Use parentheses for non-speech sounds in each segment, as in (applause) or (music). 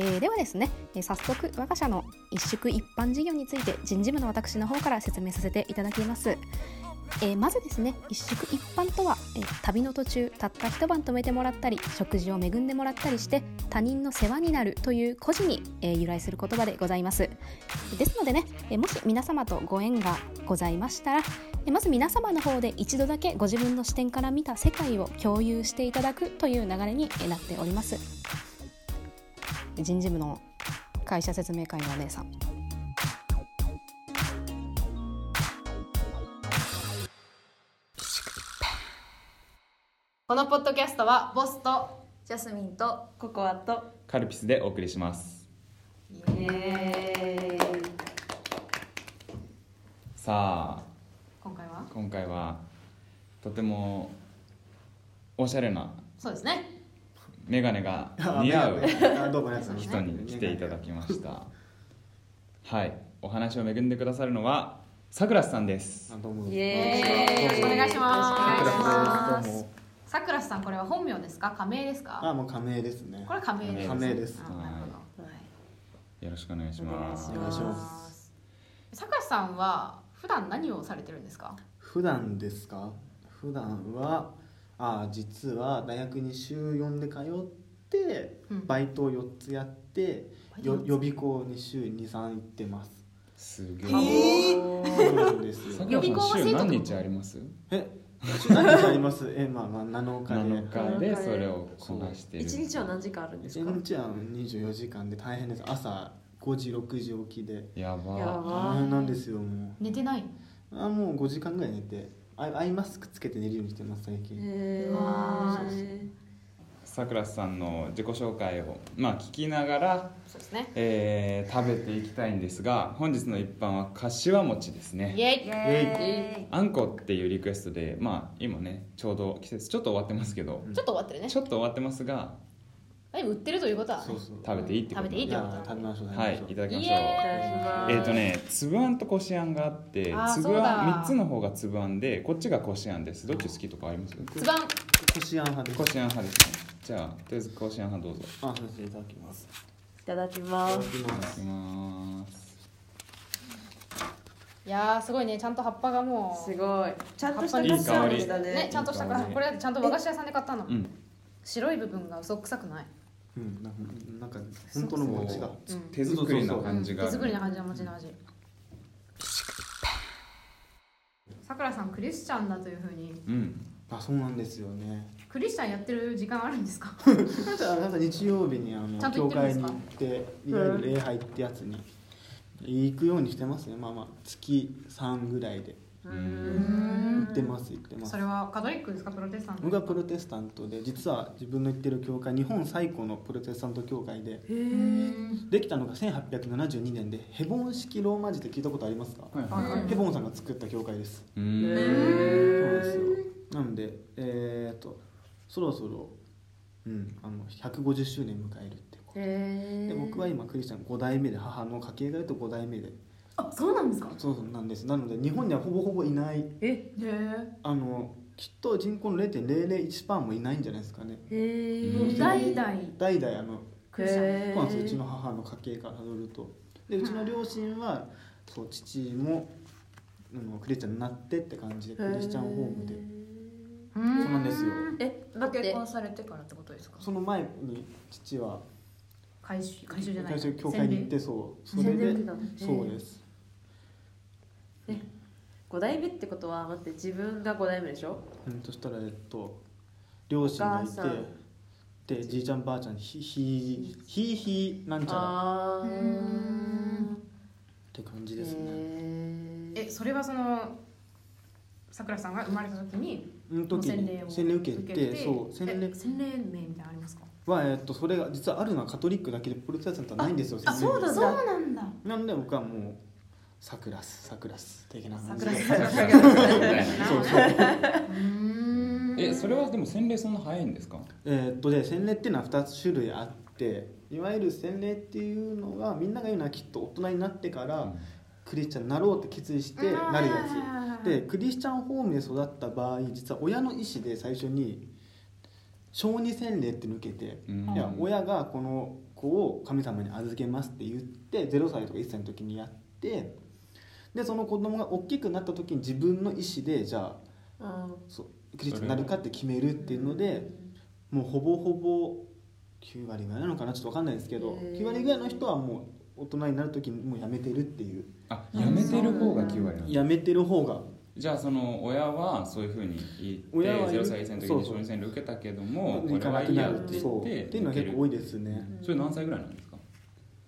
えーではですね、えー早速我が社の一宿一般事業について人事部の私の方から説明させていただきます、えーまずですね一宿一般とは、えー旅の途中たった一晩泊めてもらったり食事を恵んでもらったりして他人の世話になるという個人に、えー由来する言葉でございますですのでね、えーもし皆様とご縁がございましたらえまず皆様の方で一度だけご自分の視点から見た世界を共有していただくという流れにえなっております人事部の会社説明会のお姉さんこのポッドキャストはボスとジャスミンとココアとカルピスでお送りしますイエーイさあ今回は今回はとてもおしゃれなそうですねメガネがあ似合うメガネあどうものやつ人に来ていただきましたはいお話を恵んでくださるのはさくらさんですあどうもイエーイよろしくお願いしますよろしくお願いしまどうすもさくらさんこれは本名ですか仮名ですあかもう仮名ですねこれは仮名です仮名ですあなるほどはいよろしくお願いしますお願いしますさくらさんは普段何をされてるんですか普段ですか普段はあ実は大学に週4で通ってうんバイトを4つやって、バイトよ四つ予備校に週23行ってますすげええそうなんですさよくら予備校さはん生週徒何日ありますえ何日あります (laughs) えまあまあ7日で7日でそれをこなしてる一日は何時間あるんです1か日は24時間で大変です朝5時6時起きでやばや大ば変なんですよもう寝てないあもう5時間ぐらい寝てアイアイマスクつけて寝るようにしてます最近、へわーさくらさんの自己紹介をまあ聞きながらそうですねえー、食べていきたいんですが本日の一般は柏餅ですイねエイイエエあんこっていうリクエストでまあ今ねちょうど季節ちょっと終わってますけど、うんちょっと終わってるねちょっと終わってますがだいぶ売ってるということはねそうそう食べていいってこと食べていいっいてやことだね食べましょう食べまはいしょういただきましイょうエえっ、ーとね粒あんとこしあんがあってあーつぶそうあんだ3つの方が粒あんでこっちがこしあんですどっち好きとかありますイつばんこしあん派ですこしあん派ですねじゃあとりあえずこしあん派どうぞあそうですいただきますいただきいまただすきいたまだすきますいやーすごいねちゃんと葉っぱがもうすごいちゃんとしたいい香りカスタードでしたねねちゃんとしたからいい香りこれちゃんと和菓子屋さんで買ったのうん白い部分が嘘くさくないうんなんかなんか本当の餅だうん手作りな感じがあ手る作りな感じの餅の味さくらさんクリスチャンだというふうにうんあそうなんですよねクリスチャンやってる時間あるんですかなんかなんか日曜日にあちゃんとの行教ってるんですか会に行っていわゆる礼拝ってやつに行くようにしてますねまあまあ月3ぐらいでう行んってます行ってますそれはカトリックですかプロテスタント僕はプロテスタントで実は自分の行ってる教会日本最古のプロテスタント教会でへうーんできたのが1872年でヘボン式ローマ字って聞いたことありますか、はいはいはいヘボンさんが作った教会です、うへんそうなんーですよなのでえー、っとそろそろ、うん、あの150周年迎えるってことへでー僕は今クリスチャン5代目で母の家系がいると5代目であそうなんですかそうそうなんですなので日本にはほぼほぼいないえへえあのきっと人口の0.001%もいないんじゃないですかねへー代々代々あのクリスチャンへーそうなんですうちの母の家系からたどるとでうちの両親はそう父もあのクリスチャンになってって感じでクリスチャンホームでそうそうなんですよえ待って結婚されてからってことですかその前に父は改修改修じゃない最初教会に行って洗そうそ洗れ礼で受けたのそうです五代目ってことは待って自分が五代目でしょうんそしたらえっと両親がいお母さんてでじいちゃんばあちゃんひひひいひいなんちゃらっあーうーんて感じですねへ礼ーえそれはそのさくらさんが生まれた時にうん時洗に礼を洗礼受けてそう洗洗礼礼洗礼名みたいなのありますかはえっとそれが実はあるのはカトリックだけでプロテスタントはないんですよあ洗礼そうなんだそうなんだなんで僕はもうサクラスサクラス的な感じ桜で井そさんうそうえそれはでも洗礼そんな早いんですかえーっとで洗礼っていうのは2つ種類あっていわゆる洗礼っていうのはみんなが言うのはきっと大人になってから、クリスチャンになろうって決意してなるやつでクリスチャンホームで育った場合実は親の意思で最初に小児洗礼って抜けて、うんいや親がこの子を神様に預けますって言って0歳とか1歳の時にやってでその子供が大きくなった時に自分の意思でじゃあうんそうクリスチャンになるかって決めるっていうのでもうほぼほぼ9割ぐらいなのかなちょっと分かんないですけどへー9割ぐらいの人はもう大人になる時にもうやめてるっていうあやめてる方が9割なんだやめてる方がじゃあその親はそういうふうに言って親は言う0歳1歳の時そうにそう小児洗礼受けたけども行俺かはなくいいなやるってそう言っってていうのは結構多いでですねそれ何歳ぐらいなんですか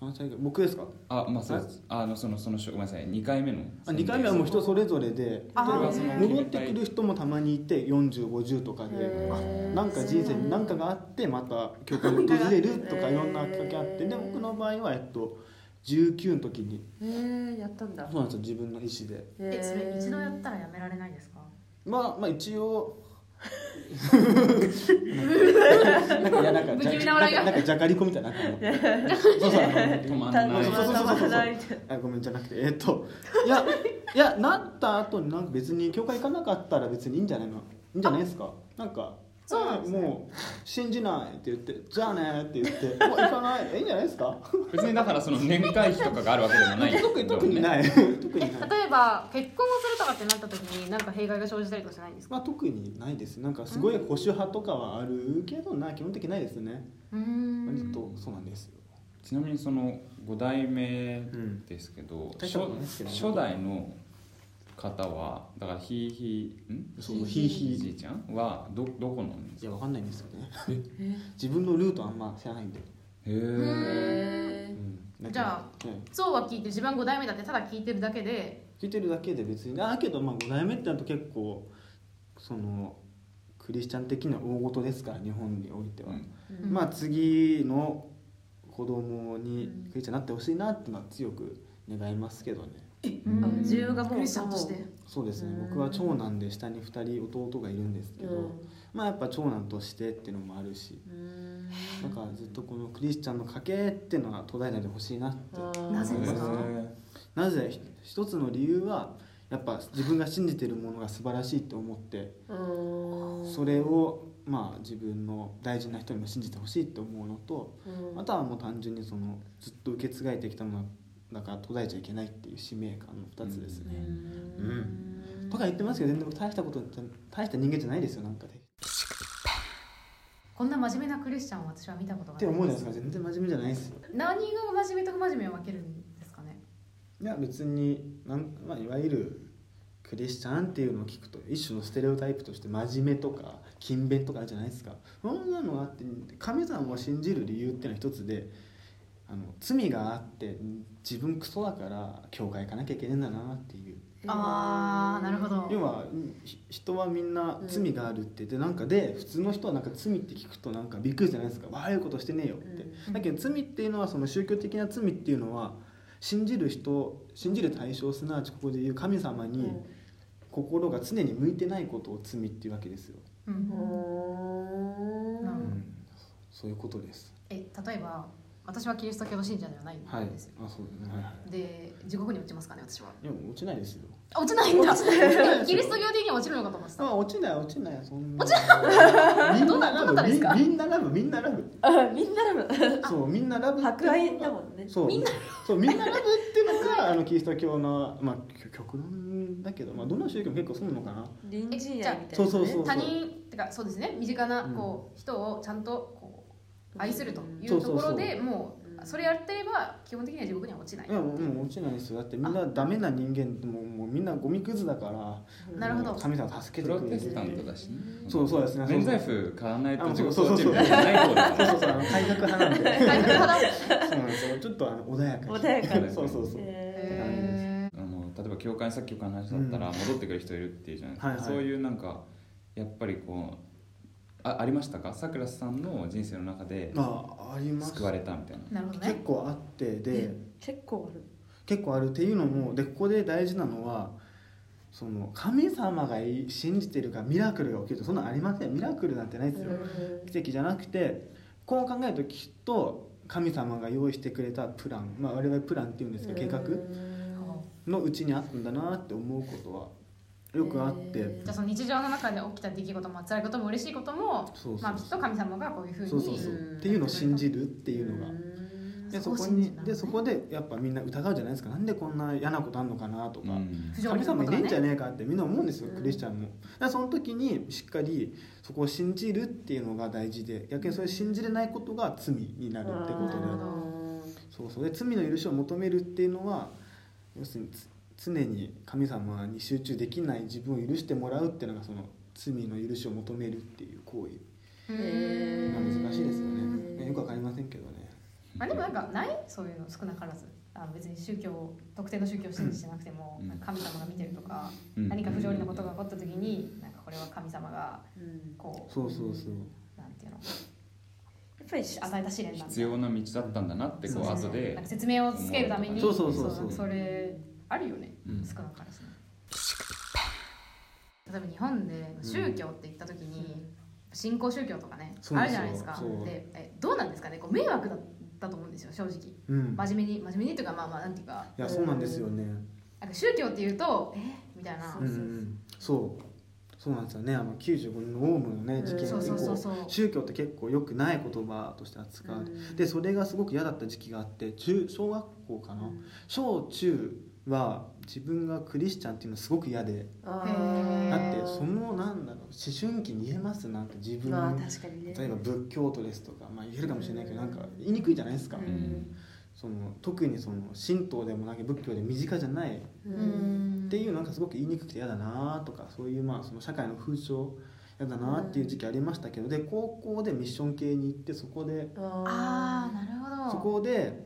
何歳ぐらい僕ですかあまあそうですあのそのそのごめんなさい2回目のあ2回目はもう人それぞれであーでその戻ってくる人もたまにいて4050とかでへーなんか人生に何かがあってまた曲を訪れるとへかーいろんなきっかけあってで僕の場合はえっと19の時にへえやったんだそうなんですよ自分の意思でへえそれ一度やっったらやめられないですかまあまあ一応なんかいやなんか不気味な笑いがなんかなんかじゃがりこみたいななんかそうそうあの止まんたないそうそうそうまたまないじゃんあごめんじゃなくてえっといやいやなった後になんか別に教会行かなかったら別にいいんじゃないのいいんじゃないですかなんかそうなんですねもう信じないって言ってじゃあねって (laughs) 言ってもう行かないえいいんじゃないですか別にだからその年会費とかがあるわけでもない特に特にいない (laughs) 特にない例えば結婚をするとかってなった時になんか弊害が生じたりとかしないんですかまあ特にないですなんかすごい保守派とかはあるけどな基本的にないですねうーん割とそうなんですよちなみにその5代目うんですけど、大初したことないですけどね初代の方はだからひいひいんそうひいひいじいちゃんはどどこなんですいかやわかんないんですよね (laughs) 自分のルートあんま知らないんで、へえへなんかじゃうんそうは聞いて自分5代目だってただ聞いてるだけで聞いてるだけで別にあけどまあ5代目ってなると結構そのクリスチャン的には大事ですから日本においては、えまあ次の子供にクリスチャンになってほしいなってのは強く願いますけどねうんあ需要がもうクリスチャンとしてそうですねうん僕は長男で下に2人弟がいるんですけど、うまあやっぱ長男としてっていうのもあるしんなんかずっとこのクリスチャンの家系っていうのは途絶えないでほしいなってなぜですかなぜひ一つの理由はやっぱ自分が信じてるものが素晴らしいと思ってそれをまあ自分の大事な人にも信じてほしいと思うのとあとはもう単純にそのずっと受け継がれてきたものだから途絶えちゃいけないっていう使命感の2つですね。とか言ってますけど全然僕大したこと大した人間じゃないですよなんかで。っこんな真面目なクリスチャンを私は見たことがて思うじなゃないいですか全然真面目じゃないですよ。何が真面目と不真面目を分けるんですかねいや別になん、まあ、いわゆるクリスチャンっていうのを聞くと一種のステレオタイプとして真面目とか勤勉とかあるじゃないですかそんなのがあって神様を信じる理由っていうのは一つであの罪があって自分クソだから教会行かなきゃいけないんだなっていうあーなるほど要はひ人はみんな罪があるってでなんかで普通の人はなんか罪って聞くとなんかびっくりじゃないですか悪いことしてねえよって、うんだけど罪っていうのはその宗教的な罪っていうのは信じる人信じる対象すなわちここで言う神様に心が常に向いてないことを罪っていうわけですよ、うんなるほうどんそういうことですえ例えば私はキリスト教の信者ではないんはいですよ、あそうですねはいはで地獄に落ちますかね私はいでも落ちないですよあ落ちないんだ落ちないですよキリスト教的には落ちるのかと思ってたあ落ちない落ちないそんな落ちない (laughs) みんなラどなどなたブでみすかみんなラブみんなラブ (laughs) みんなの (laughs) そうみんなラブって博愛だもんねそうみんなそうみんなラブっていうのがあのキリスト教の、まあ、き極論だけど、まあ、どの宗教も結構そうなのかな隣人愛みたいなねそうそうそう他人ってかそうですね身近なうんこう、人をちゃんとこう愛するといそううとそうこそうろでもううんそれやってれば基本的には地獄には落ちないいやもうもう落ちないですよだってみんなダメな人間もうもうみんなゴミくずだからなるほど (laughs) もう神様助プけてロくれテるスタントだしねそうそうですね免罪そう符買わないとあ地そう獄そう落ちそるうみたいなのない方そうだかそうそうあの改革派なんで (laughs) 改革派だもんねそうなんですよちょっとあの穏やかに穏やかにそうそうそうへへらあの例えば教会さっきの話だったら戻ってくる人いるっていうじゃないですか、はいはいそういうなんかやっぱりこうあありましたかさくらさんの人生の中でまああります救われたみたいなーなるほど結ね構あってでー結構ある結構あるっていうのもでここで大事なのはその神様がい信じてるからミラクルが起きるとそんなんありませんミラクルなんてないですよ奇跡じゃなくてこう考えるときっと神様が用意してくれたプラン、まあ、我々プランっていうんですけど計画うんのうちにあったんだなって思うことはよくあって、へじゃあその日常の中で起きた出来事も辛いことも嬉しいこともそうそうそうまあきっと神様がこういうふうにそうそうそううんっていうのを信じるっていうのが。んでそそここ信じにたのねでそこでやっぱみんな疑うじゃないですかなんでこんな嫌なことあんのかなとか、うん不条神理な様ことがいねえんじゃねねえかってみんな思うんですよ、うんクリスチャンもだからその時にしっかりそこを信じるっていうのが大事で逆にそれ信じれないことが罪になるってことなるほでどそうそうで罪の許しを求めるっていうのは要するにつ常に神様に集中できない自分を許してもらうっていうのがその罪の許しを求めるっていう行為うへまあーん難しいですようねんよくわかりませんけどねまあでもなんかないそういうの少なからずあ別に宗教を特定の宗教を信じてなくても、うんなんか神様が見てるとか、うん何か不条理なことが起こった時になんかこれは神様がうんこうそうそうそうなんていうのやっぱりし与えた試練なんだ必要な道だったんだなってこうそう後そうそうでなんか説明をつけるためにそうそうそうそうそれあるよね、うん少なからずね例えば日本で宗教って言った時に、新興宗教とかねそうあるじゃないですかそうでえどうなんですかねこう迷惑だったと思うんですよ正直うん真面目に真面目にというかまあまあなんていうかいやそうなんですよね、なんか宗教っていうとえみたいなうんうん、そうそうなんですよねあの95年のオウムのね事件以そ降、うそうそうそう宗教って結構良くない言葉として扱う、でそれがすごく嫌だった時期があって中小学校かな、小中は自分がクリスチャンっていうのすごく嫌でだってそのなんだろう思春期に言えますなんか自分、まあ確かにね例えば仏教徒ですとか、まあ、言えるかもしれないけどなんか言いにくいじゃないですか、ううんんその特にその神道でもなき仏教で身近じゃないうんっていうなんかすごく言いにくくて嫌だなとかそういうまあその社会の風潮嫌だなっていう時期ありましたけどで高校でミッション系に行ってそこでああなるほどそこで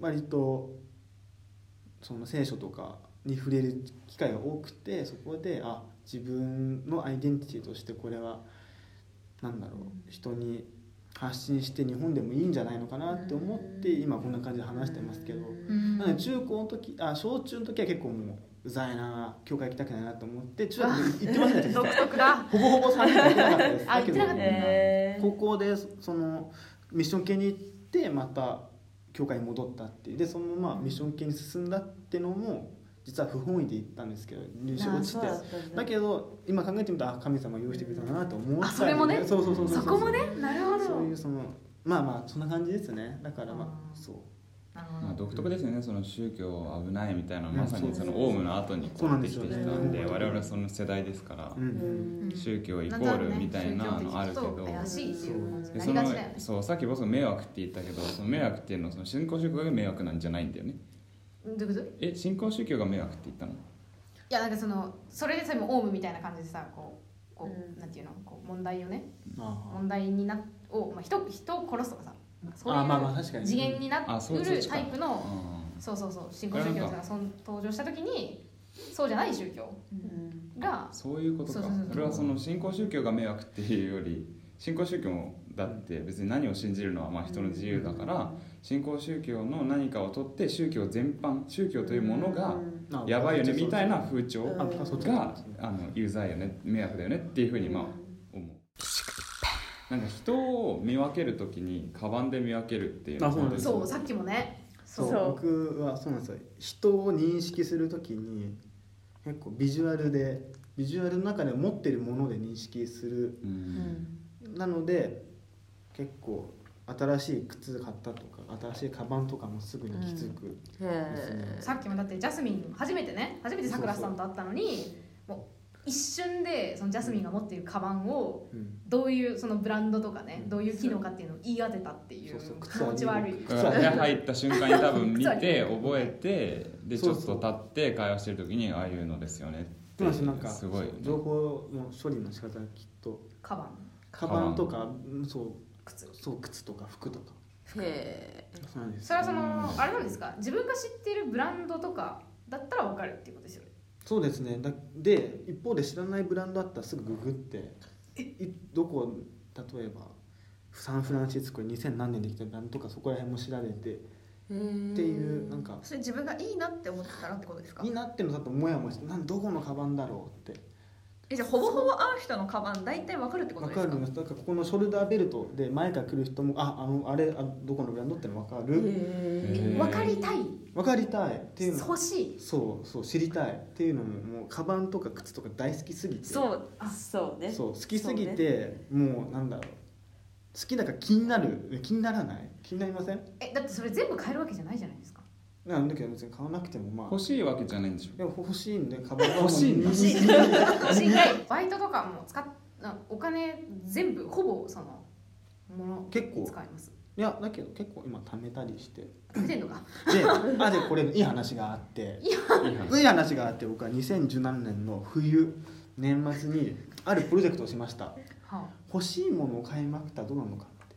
割とその聖書とかに触れる機会が多くてそこであ自分のアイデンティティとしてこれはなんだろう人に発信して日本でもいいんじゃないのかなって思って今こんな感じで話してますけど。うんなので中高の時あ小中の時は結構もううざいな教会行きたくないなと思って中学行ってま (laughs) したけど独特だほぼほぼ3年行ってなかったですあ行ってなかったへー高校でそのミッション系に行ってまた教会に戻ったっていうでそのままミッション系に進んだってのも実は不本意で行ったんですけど入試あ落ーちそうてだったんだだけど今考えてみたらあ神様用意してくれたなと思ったりあそれもねそうそうそうそうそこもねなるほどそういうそのまあまあそんな感じですねだからまああーそうなるほどまあ、独特ですよねその宗教危ないみたいなまさうんにそそうのオウムの後にそこうなんうでですきよてねきたんで我々はその世代ですからう、んうん宗教イなコんとなーくルねみたいなのあるけ宗教っどて聞くと怪しいっていう感じにでなそりのがちだよねそうさっきボス迷惑って言ったけどその迷惑っていうのはその信仰宗教が迷惑なんじゃないんだよねうんどういうことえ信仰宗教が迷惑って言ったのいやなんかそのそれでさえもオウムみたいな感じでさこうこう、うんなんていうのこう問題をねあ問題になを、まあ、人人を殺すとかさーそうあーまあまあい確かうに次元になあっそううそっるちかタイプのあそうそうそう新興宗教これがなんそん登場した時にそうじゃない宗教うんがーそういうことそかそうそうそうれはその信仰宗教が迷惑っていうより信仰宗教だって別に何を信じるのはまあ人の自由だから信仰宗教の何かを取って宗教全般宗教というものがうんあーやばいよねみたいな風潮うんがあそっちあの有罪よね迷惑だよねっていうふうにまあ思うなんか人を見分けるときにカバンで見分けるっていうのあそうなんですそうさっきもねそうそう僕はそうなんですよ人を認識するときに結構ビジュアルでビジュアルの中で持ってるもので認識するううんんなので結構新しい靴買ったとか新しいカバンとかもすぐに気づく、へーさっきもだってジャスミン初めてね初めてさくらさんと会ったのにもう一瞬でそのジャスミンが持っているカバンをうんどういうそのブランドとかね、うんどういう機能かっていうのを言い当てたっていうそうそう気持ち悪い靴だから部屋入った瞬間に多分見て覚えてでちそょうっそとう立って会話してるときにああいうのですよねってそうなんですよなんかすごいよね情報の処理の仕方がきっとカバンカカババンンとかうんそう靴そう靴とか服とかへそうなんですそれはそのあれなんですか自分が知っているブランドとかだったら分かるっていうことですよねそうですねだで一方で知らないブランドあったらすぐググっていどこ例えばサンフランシスコに2000何年できたブランドとかそこら辺も調べてーっていうなんかそれ自分がいいなって思ってたらってことですかいいなっていうのだとモヤモヤしてなんどこのカバンだろうってえじゃあほぼほぼ会う人のカバン大体わかるってことわでかするかんですだからここのショルダーベルトで前から来る人もああのあれあどこのブランドってのわかるへー分かりたいわかりたいっていうの欲しいそうそう知りたいっていうのももうカバンとか靴とか大好きすぎてそうそうねそう好きすぎてもうなんだろう好きだから気になる気にならない気になりませんえだってそれ全部買えるわけじゃないじゃないですかなんだけど別に買わなくてもま欲あしいわけじゃないんでしょでも欲しいんでカバンは欲しいんだもう欲し私がバイトとかも使っなお金全部ほぼそのもの結構に使いますいやだけど結構今貯めたりしてで見てんのかあでこれいい話があっていい話いい話があって僕は2017年の冬年末にあるプロジェクトをしましたは欲しいものを買いまくったらどうなのかって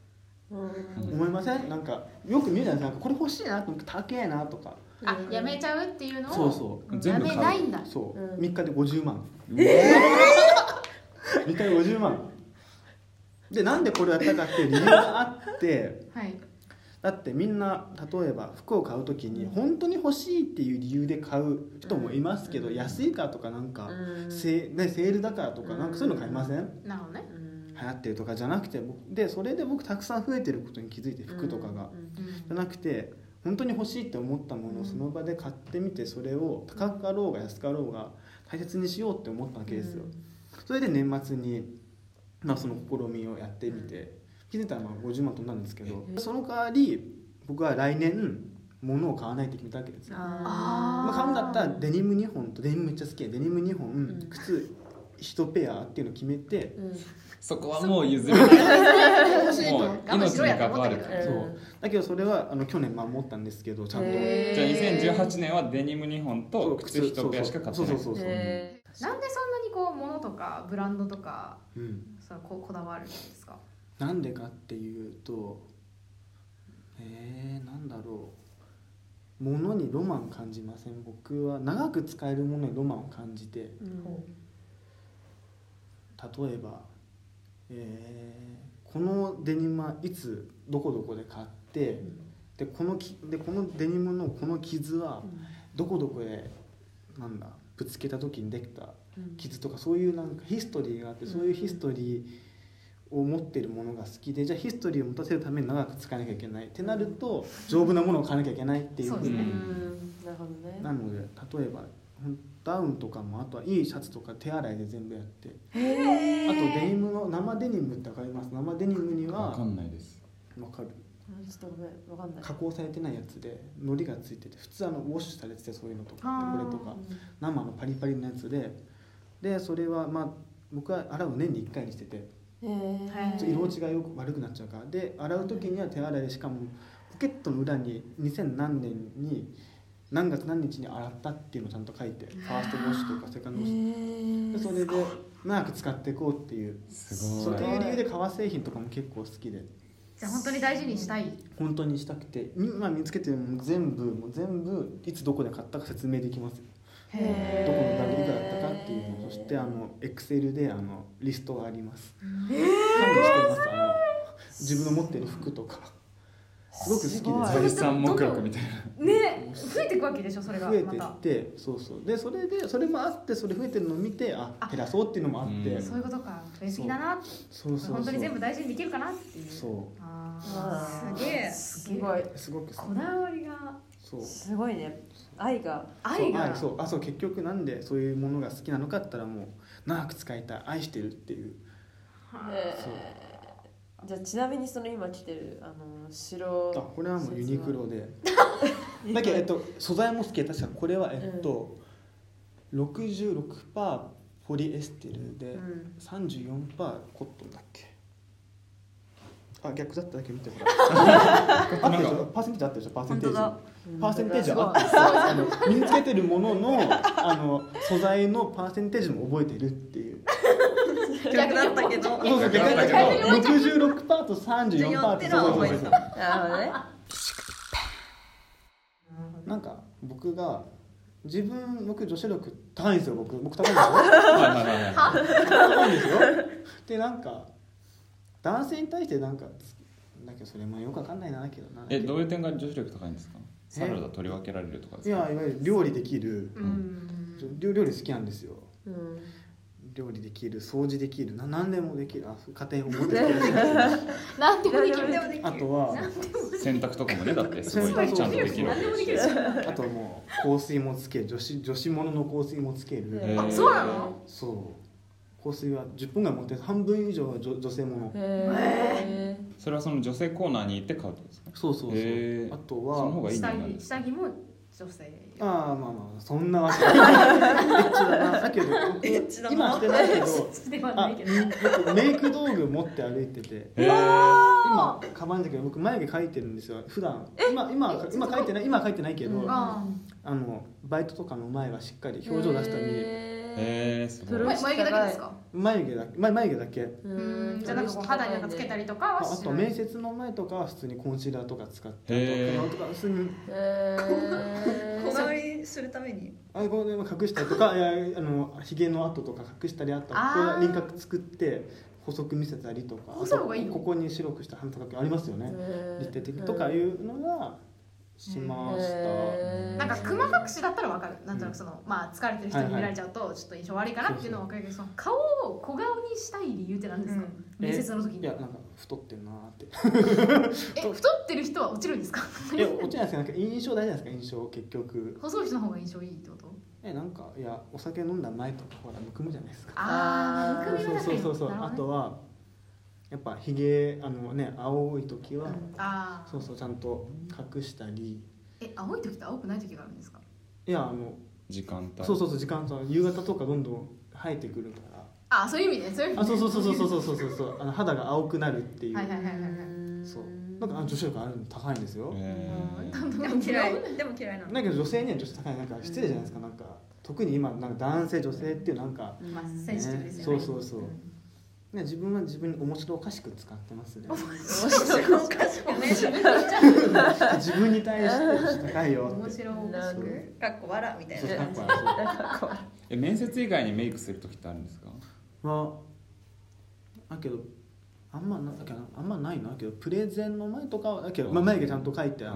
うん思いませんなんかよく見るじゃないですかなんかこれ欲しいなと思って高えなとかああやめちゃうっていうのをそうそ全部やめな買いんだうそう、うん3日で50万うえ (laughs) 3日で50万でなんでこれをやったかっていう理由があってはいだってみんな例えば服を買う時に本当に欲しいっていう理由で買う人もいますけど、安いからとかなんか、うんセーね、セールだからとかなんかそういうの買いません、なるほどねうん流行ってるとかじゃなくて僕でそれで僕たくさん増えてることに気づいて服とかが、うんじゃなくて本当に欲しいって思ったものをその場で買ってみてそれを高かろうが安かろうが大切にしようって思ったわけですよ、それで年末に、まあ、その試みをやってみて気づいたらまあ50万飛んだんですけどその代わり僕は来年物を買わないって決めたわけですよあまあ、あ買うんだったらデニム2本とデニムめっちゃ好きやデニム2本、ん靴1ペアっていうのを決めて、ーうんそこはもう譲れないもう我慢命しろにやと関思っわたけるどからえそーうだけどそれはあの去年守ったんですけどちゃんとへじゃあえー2018年はデニム2本そとう靴1ペアしか買ってないそうそうそうそう、えなんでそんなにこう物とかブランドとかうん、そのここだわるんですかなんでかっていうとえー、なんだろう物にロマン感じません僕は長く使えるものにロマンを感じてーうん例えば、えーこのデニムはいつどこどこで買ってでこのきでこのデニムのこの傷はどこどこでなんだぶつけた時にできたうん傷とかそういうなんかヒストリーがあってそういうヒストリーを持ってるものが好きでじゃあヒストリーを持たせるために長く使わなきゃいけないってなると丈夫なものを買わなきゃいけないっていうそうふでうすにねうんなるほどねなので例えばほんダウンとかもあとはいいシャツとか手洗いで全部やってあとデニムの生デニムって分かります生デニムにわはかんないです分かるうんちょっとごめんわかんない加工されてないやつでのりがついてて普通あのウォッシュされててそういうのとかあーこれとか生のパリパリのやつででそれはまあ僕は洗うの年に1回にしててえーはいちょっと色落ちがよく悪くなっちゃうからで洗う時には手洗いでしかもポケットの裏に2000何年に何月何日に洗ったっていうのをちゃんと書いてファーストウォッシュとかセカンドウォッシュでそれで長く使っていこうっていうすそごういいう理由で革製品とかも結構好きでじゃあ本当に大事にしたい本当にしたくて今見つけてるもの全部もう全部いつどこで買ったか説明できますよどこの誰いくらだったかっていうのそしてあのエクセルであのリストがあります管理してますあの自分の持ってる服とかすごく好きです財産目録みたいなね増えていくわけでしょそれが増えてまったてそうそうでそれでそれもあってそれ増えてるのを見てあ減らそうっていうのもあってうんそそうういうことか増えすぎだなってそうそう本当に全部大事にできるかなっていうそあああーすげえすごいうすごく好こだわりがきそうすごいね愛が愛そうがそうあそう結局なんでそういうものが好きなのかって言ったらもう長く使いたい愛してるっていうえーそうじゃあちなみにその今着てるあの白あこれはもうユニクロでだけど、えっと、素材も好き確かこれはえっと、66%ポリエステルで、うん34%コットンだっけあ逆だっただけ見て (laughs) ほら合ってるでしょパーセンテージ合ってるでしょパーセンテージパーセンテージは合ってるあの身につけてるもののあの素材のパーセンテージも覚えてるっていう逆だったけどそうそう逆だけど66%と34%ってそうそうそうそうなるほどねなんか僕が自分僕女子力高いんですよ僕僕高いんですよはいはいはいはい高いんですよでなんか男性に対してなんかだけどそれもよくわかんないなだけどなえどういう点が女子力高いんですかえサラダ取り分けられるとかでいすかやいわゆる料理できるうん料料理好きなんですようん料理できる掃除できるな何でもできるあ家庭訪問できるなんでもでき何るでもできるあとは洗濯とかもねだってす洗ごい濯ちゃんとできるわ何でもですけできるじゃんあともう香水もつける女子女子ものの香水もつける、へーあそうなのそう香水は10分ぐらい持ってる半分以上は女女性ものへえそれはその女性コーナーに行って買うってことですかそうそうそう、へーあとその方はがいいんじゃ下ない着下着も女性ああまあまあそんなわけエッチだなさっきより僕エッチだな今してな (laughs) いけどではあないけど僕メイク道具持って歩いててへー今カバンだけど僕眉毛描いてるんですよ普段今今今描いてない今描いてないけど、ああのバイトとかの前はしっかり表情出したりへへーすプーロごい意眉眉識毛だけですか眉毛だけ眉眉毛だけえうんじゃあなんかこう肌になんかつけたりとかあはあしとない面接の前とかは普通にコンシーラーとか使ってへーあと黒とか普通にへえ小顔にするためにあこれ隠したりと (laughs) かいやあのひげの跡とか隠したりあったここあー輪郭作って細く見せたりとかこうした方がいいのあとここに白くした鼻とかありますよね立体的とかいうのがしました、なんか熊隠しだったらわかるなんとなくその、まあ疲れてる人に見られちゃうとちょっと印象悪いかなっていうのはわかるけどその顔を小顔にしたい理由って何ですか、面接の時いにやなんか太ってるなーって (laughs) え太ってる人は落ちるんですか (laughs) え落ちないですかなんか印象大事なんですか印象結局細い人の方が印象いいってことえなんかいやお酒飲んだ前とかほらむくむじゃないですかあああーむくみそは確うかそうにそうそう、なるほあどねとはやっぱひげあのね青い時は、あーそうそうちゃんと隠したりえ青い時と青くない時があるんですかいやあの時間帯そうそうそう時間差夕方とかどんどん生えてくるからあーそういう意味ねそういう意味あそうそうそうそうそううそうそうそうあの肌が青くなるって (laughs) いう、はいはいはいはいはいそうなんかあの女子力あるの高いんですよ、へーでも嫌いでも嫌いなのなんか女性には女子高いなんか失礼じゃないですかなんか特に今なんか男性女性っていうなんか、まあセねンシティブですよそねうそうそう、ね、自分は自分に面白おかしく使ってますねおかし (laughs) くね (laughs) 自分に対して高いよ面って白いなそんうかかっこわらみたいそなうやっぱ (laughs) そうえ面接以外にメイクする時ってあるんですかはだけどあんまなだけどあんまないなだけどプレゼンの前とかはだけど、まあ、眉毛ちゃんと描いてあの、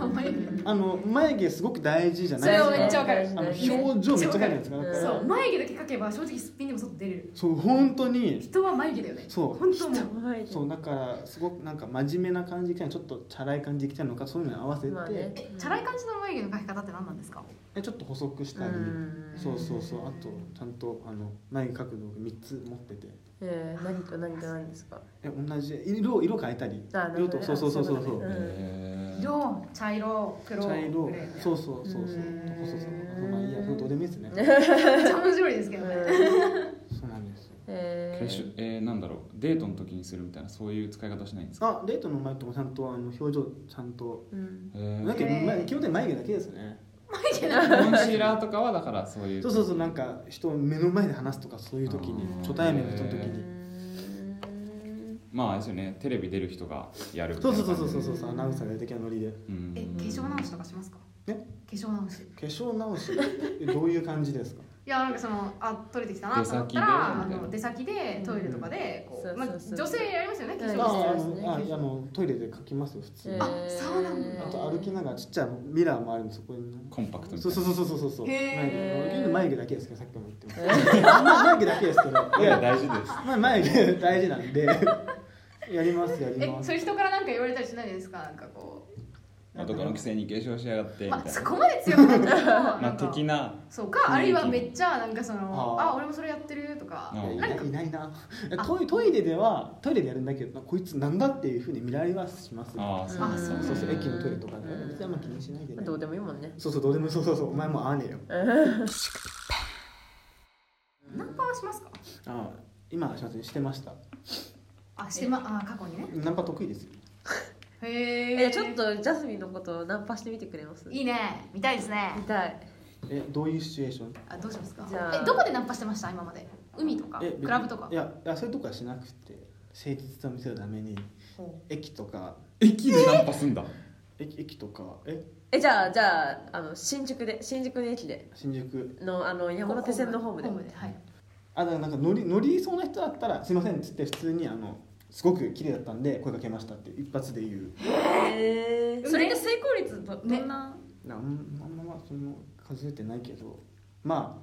あんまりあの眉毛すごく大事じゃないそれはめっちゃわかるあの表情めっちゃ描いてるんですかうんそう眉毛だけ描けば正直すっぴんでも外出れるそう本当に人は眉毛だよねそう本当もうそうだからすごくなんか真面目な感じきたいのちょっとチャラい感じきたいのかそういうのに合わせて、まあねえチャラい感じの眉毛の描き方って何なんですかえちょっと細くしたり、うんそうそうそうあとちゃんとあの眉毛描く道具3つ持っててえー何と何と何ですかえ同じ色色変えたりあなるほ色どとねそうそうそうそうあそいこうとねんへー色茶色黒茶色グレーそうそうそうそううそうーんそうそうまあいいやそれどうでもいいですねめっちゃ面白いですけどねうんそうなんですよえ化粧えーなんだろうデートの時にするみたいなそういう使い方しないんですかあデートの前ともちゃんとあの表情ちゃんとうんへーだけど前基本的に眉毛だけですねコンシーラーとかはだからそういうそうそうそうなんか人を目の前で話すとかそういう時にあー初対面の人の時へにまああれですよねテレビ出る人がやるみたそいうなそうそうそうそうそうアナウンサーがやる的なノリで化うんえ化粧直しとかしますかえ化粧直し粧直しえどういう感 (laughs) じですかいやなんかそのあ取れてきたなと思ったらあ出先でみたいなの出先でトイレとかでこそうう、そまうあ、そう女性やりますよね化うあん粧いいー直あしですねのああのトイレで書きますよ普通にえあーそうなんだあと歩きながらちっちゃいミラーもあるんですそこにコンパクトみたそいうなそうそうそうそうそうへー眉毛眉毛だけですけどさっきも言ってました (laughs) 眉毛だけですけどいいやや大事ですまあ眉毛大事なんでやりますやりえますそれ人からなんか言われたりしないですかなんかこ男のくせに化粧しやがってうみたいまあなそこまで強くないけどまなあんか的なそうかあるいはめっちゃなんかそのあーあ俺もそれやってるとかあーいなやんいかないいないなえトイトイレではトイレでやるんだけどこいつなんだっていうふうに見られはしますあよあそうなんだあそうそう駅のトイレとかでうん別にあんま気にしないでねどうでもいいもんねそうそうどうでもそうそうそうお前もう会わねえよナンパはしますかああ今はしてましたあしてまあー過去にねナンパ得意ですよへええちょっとジャスミンのことナンパしてみてくれますいいね見たいですね見たいえどういうシチュエーションあどうしますかじゃあえどこでナンパしてました今まで海とかえ別にクラブとかいやいやそういうとこはしなくて誠実な店のためにほ駅とか駅でナンパすんだ駅駅とかええじゃあじゃああの新宿で新宿の駅で新宿のあの山手線のホームでホームではいあだからなんか乗り乗りそうな人だったら「すいません」っつって普通にあのすごく綺麗だったんで声かけましたって一発で言うへーそれで成功率どねどんななんあんままあその数えてないけどま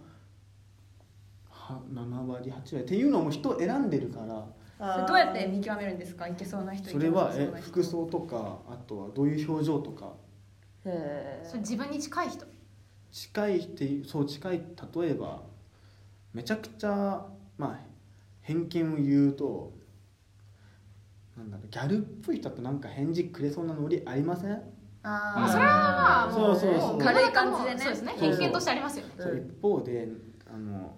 あは7割8割っていうのも人を選んでるからそれどうやって見極めるんですかいけそうな人それはいけなえい人服装とかあとはどういう表情とかへそれ自分に近い人近いっていうそう近い例えばめちゃくちゃまあ偏見を言うとなんだろうギャルっぽい人ってなんか返事くれそうなノリありません、あうんーそれはまあもうそうそうそうも軽い軽感い感じじででねねそうですねそう偏見としてありますよねそう一方であの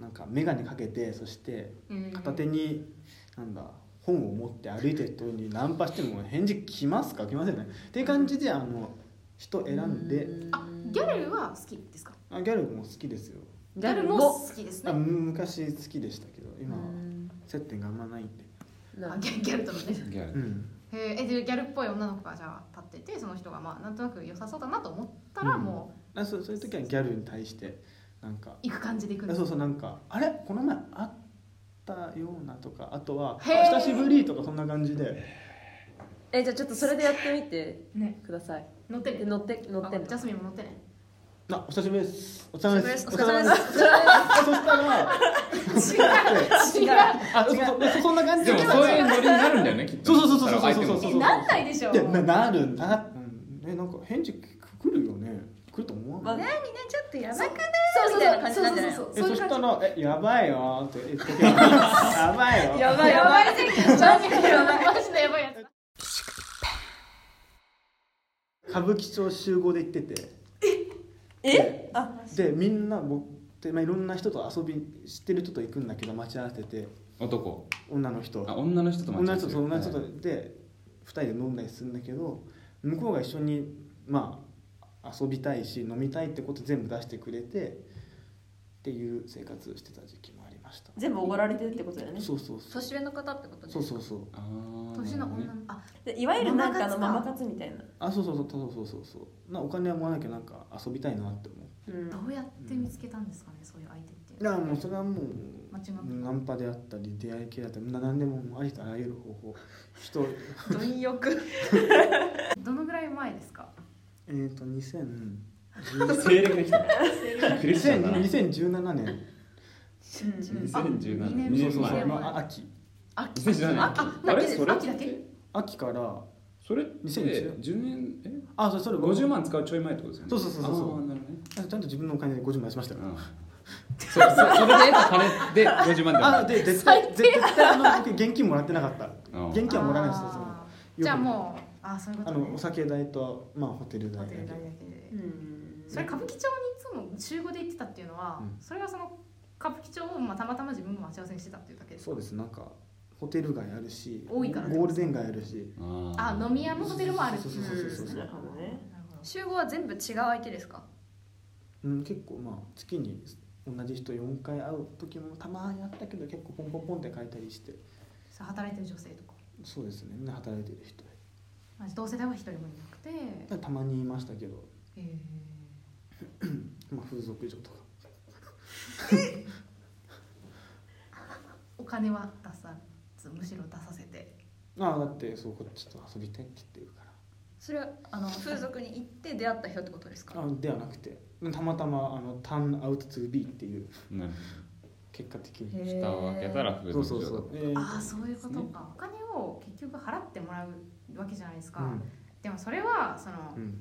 なんか眼鏡かけてそしてうん片手になんだ本を持って歩いてる人にナンパしても返事来ますか来ませんねっていう感じであの人選んであギャルは好きですかあギャルも好きですよギャルも好きですあね昔好きでしたけど今は接点があんまないんでなあギャギャルとのねギャうルんへーえでギャルっぽい女の子がじゃあ立っててその人がまあなんとなく良さそうだなと思ったらうんもあそうそういう時はギャルに対してなんかう行く感じで行くんあですそうそうなんかあれこの前会ったようなとかあとはあへー久しぶりとかそんな感じでえじゃあちょっとそれでやってみてねください乗ってでる乗って乗ってあんジャのスミンも乗ってねあお久しぶりですお疲れ様ですお疲れ様ですお疲れ様ですそしたら違う (laughs) あそうそうでそそんな感じでもそういうノリになるんだよねきっとそうそうそうそうそうそう相手そうそうもえなんないでしょでななるんだ、うん、えなんか返事くるよね来ると思わな何い、ねちょっとやばくないそうそうみたいな感じそうなんそうじゃないそうそうえそういそうし感たじら「えやばいよ」って言って (laughs) きてやばいよ」やばいやばいマジでやばいマジでやばいやつ歌舞伎町集合で行っててえあでみんな僕って、まあ、いろんな人と遊び知ってる人と行くんだけど待ち合わせてて男女の人あ女の人と女待のち合わせ人とるそう女の人とで2人で飲んだりするんだけど向こうが一緒にまあ遊びたいし飲みたいってこと全部出してくれてっていう生活してた時期もありました全部おごられてるってことだよねそうそうそう年上の方ってことねそうそうそうあー年の女のあでいわゆるなんかあのママママ活活みたいなあそうそうそうそうそうそうそうなお金はもらわなきゃなんか遊びたいなって思ううんどうやって見つけたんですかねそういう相手っていういのやはもうそれはもうマッチングアプリナンパであったり出会い系だったりな何でももうありとあらゆる方法人貪欲どのぐらい前ですかえっ、ー、と2000西暦できたクリスチャンだな2017年あ二年2017年そうそうそう前まああ秋秋2017年秋あ秋です秋だけ秋からそれって10年えあそれそれ50万使うちょい前ってことですよねそうそうそうそうそうあーなるほどねあちゃんと自分のお金で50万出しましたよ、うんそうそうそれで得た金で50万だあで絶対絶対あの僕現金もらってなかったうん現金はもらわないですよそのあーじゃあもうあそういうこあとねのお酒代と、まあ、ホテル代ホだけテル代だけでうんそれ歌舞伎町にいつも週5で行ってたっていうのはうんそれはその歌舞伎町をまあたまたま自分が待ち合わせにしてたっていうだけですそうですなんかホテル街あるし多いからゴールデン街あるしああ飲み屋もホテルもあるそうそうそうそうそうそうなるほどねなるほど集合は全部違う相手ですかうん、結構まあ月に同じ人4回会う時もたまにあったけど結構ポンポンポンって書いたりしてそう働いてる女性とかそうですねみんな働いてる人まあ同世代は一人もいなくてたまにいましたけど、えーまあ、風俗嬢とかお金は出さずむしろ出させてああだってそうこっちと遊びたいって言ってるからそれはあの風俗に行って出会った人ってことですかあではなくてたまたまあの「ターンアウト 2B」っていうなる結果的へにー蓋を開けたら風そう俗そう嬢そだう、えーああそういうことかお金を結局払ってもらうわけじゃないですか、うんでもそれはそのうん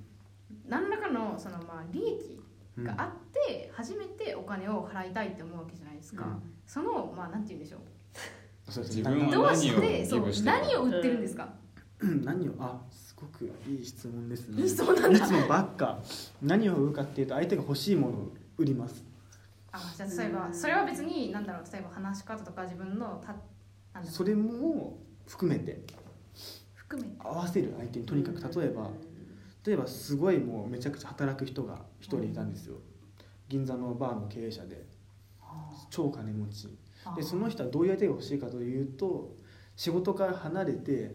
何らかのそのまあ利益うんがあって初めてお金を払いたいって思うわけじゃないですか、うんそのまあなんて言うんでしょうそうです自ね分はなどう何しをてギそうブしてる何を売ってるんですか、うん何をあすごくいい質問ですねいい質問なんだいつもばっか何を売るかっていうと相手が欲しいものを売りますあじゃあ例えばそれは別に何だろう例えば話し方とか自分のたなんだろそれも含めて含めて合わせる相手にとにかく例えば例えばすごいもうめちゃくちゃ働く人が一人いたんですよ銀座のバーの経営者で超金持ちあでその人はどういう相手が欲しいかというと仕事から離れてなる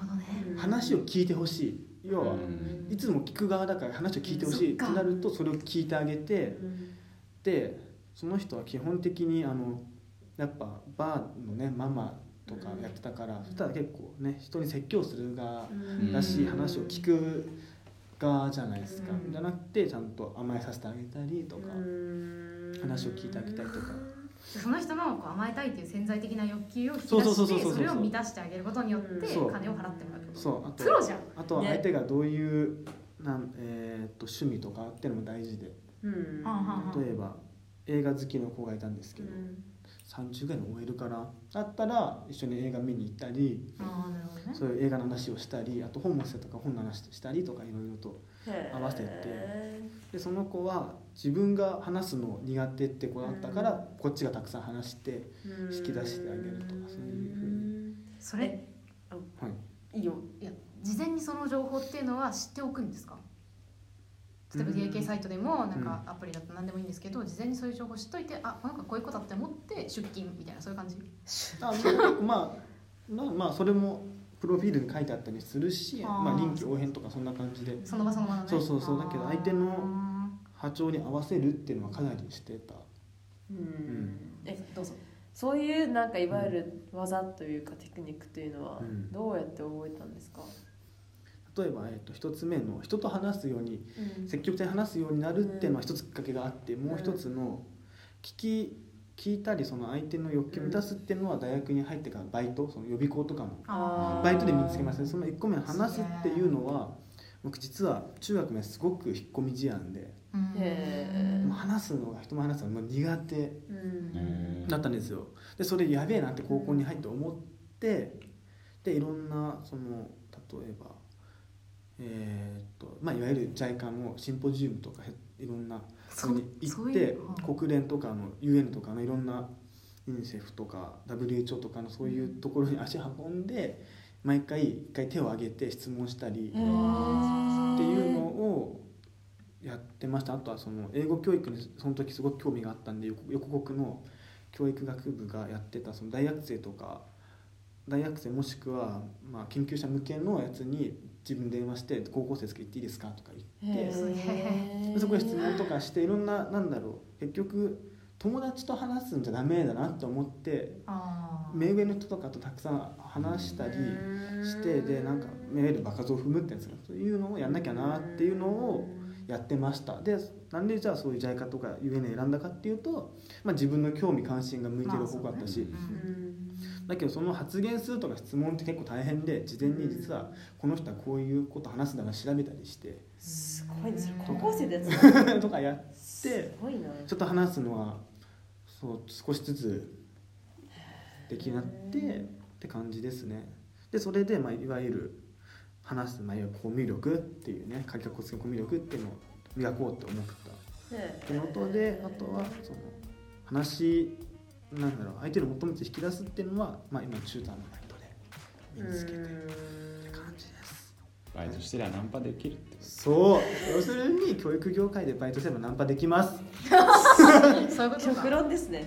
ほどね話を聞いてほしい要はうんいつも聞く側だから話を聞いてほしいってなるとそれを聞いてあげてでその人は基本的にあのやっぱバーのねママとかやってたからそしたら結構ね人に説教する側だしうん話を聞く側じゃないですかうんじゃなくてちゃんと甘えさせてあげたりとかうん話を聞いてあげたりとかその人のこう甘えたいっていう潜在的な欲求を引きそう出そうそうそうしそうてそれを満たしてあげることによって金そをう払ってもらうってことそうあとプロじゃんあとは相手がどういうなん、えーっと趣味とかっていうのも大事でうんはあはあはあ例えば映画好きの子がいたんですけど、30ぐらいの OL かなだったら一緒に映画見に行ったりああなるほどねそういう映画の話をしたりあと本もしたとか本の話したりとかいろいろと合わせてでその子は自分が話すの苦手って子だったから、こっちがたくさん話して引き出してあげるとかそういうふうに、それはい、いいよいや事前にその情報っていうのは知っておくんですか例えばうん DK サイトでもなんかアプリだと何でもいいんですけど事前にそういう情報知っといてあなんかこういうことだって思って出勤みたいなそういう感じあまあ (laughs) まあまあ、まあ、それもプロフィールに書いてあったりするしあーまあ、臨機応変とかそんな感じでその場その場のねそうそうそうだけど相手のあ波長に合わせるっていうのはかなりしてたうんーえどうぞそういうなんかいわゆる技というかテクニックというのはうんどうやって覚えたんですか、例えば、えっと一つ目の人と話すようにうん積極的に話すようになるっていうのは一つきっかけがあってもう一つの聞き聞いたりその相手の欲求を満たすっていうのは大学に入ってからバイトその予備校とかもあーバイトで身につけましたねその1個目の話すっていうのは僕実は中学まですごく引っ込み思案でうんへもう話すのが人も話すのがもう苦手うんだったんですよでそれやべえなって高校に入って思ってでいろんなその例えばえーっとまあいわゆる JICA のシンポジウムとかへいろんなそのに行そうっいてうの国連とかの UN とかのいろんなユニセフとか WHO とかのそういうところに足運んで毎回一回手を挙げて質問したりへーっていうのをやってましたあとはその英語教育にその時すごく興味があったんで横横国の教育学部がやってたその大学生とか大学生もしくはまあ研究者向けのやつに自分で電話して「高校生ですけど行っていいですか?」とか言ってへすげーでそこで質問とかしていろんななんだろう結局友達と話すんじゃダメだなと思ってあー目上の人とかとたくさん話したりしてでなんか目上の場数を踏むってやつがそういうのをやんなきゃなっていうのをやってましたでなんでじゃあそういう JICA とか UN 選んだかっていうと、まあ、自分の興味関心が向いてる方があったし、まあそううねんだけどその発言するとか質問って結構大変で事前に実はこの人はこういうこと話すんだな調べたりして (laughs) すごいです高校生でやつだとかやっすごいなちょっと話すのはそう少しずつできなってって感じですねでそれで、まあ、いわゆる話す前はコミュ力っていうね書き起こすコミュ力っていうのを磨こうって思ったっていうのとであとはその話なんだろう相手の求めて引き出すっていうのは、まあ、今中途のバイトで身につけてって感じですバイトしてりゃナンパできるってそう要するに教育業界でバイトすればナンパできますそういうこ (laughs) と極か論ですね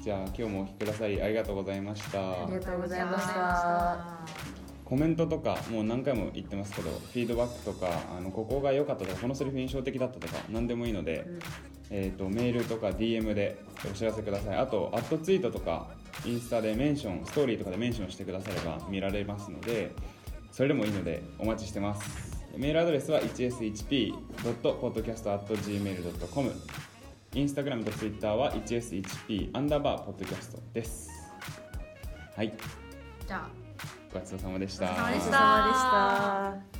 じゃあ今日もお聞きくださりありがとうございましたがとうございましあーコメントとかもう何回も言ってますけどフィードバックとかあのここが良かったとかこのセリフ印象的だったとか何でもいいので、えー、とメールとか DM でお知らせくださいあとアットツイートとかインスタでメンションストーリーとかでメンションしてくだされば見られますのでそれでもいいのでお待ちしてますメールアドレスは 1s1p.podcast.gmail.com インスタグラムとツイッターは 1s1p アンダーバーポッドキャストですはいじゃあごちそうさまでしお疲れ様でしたた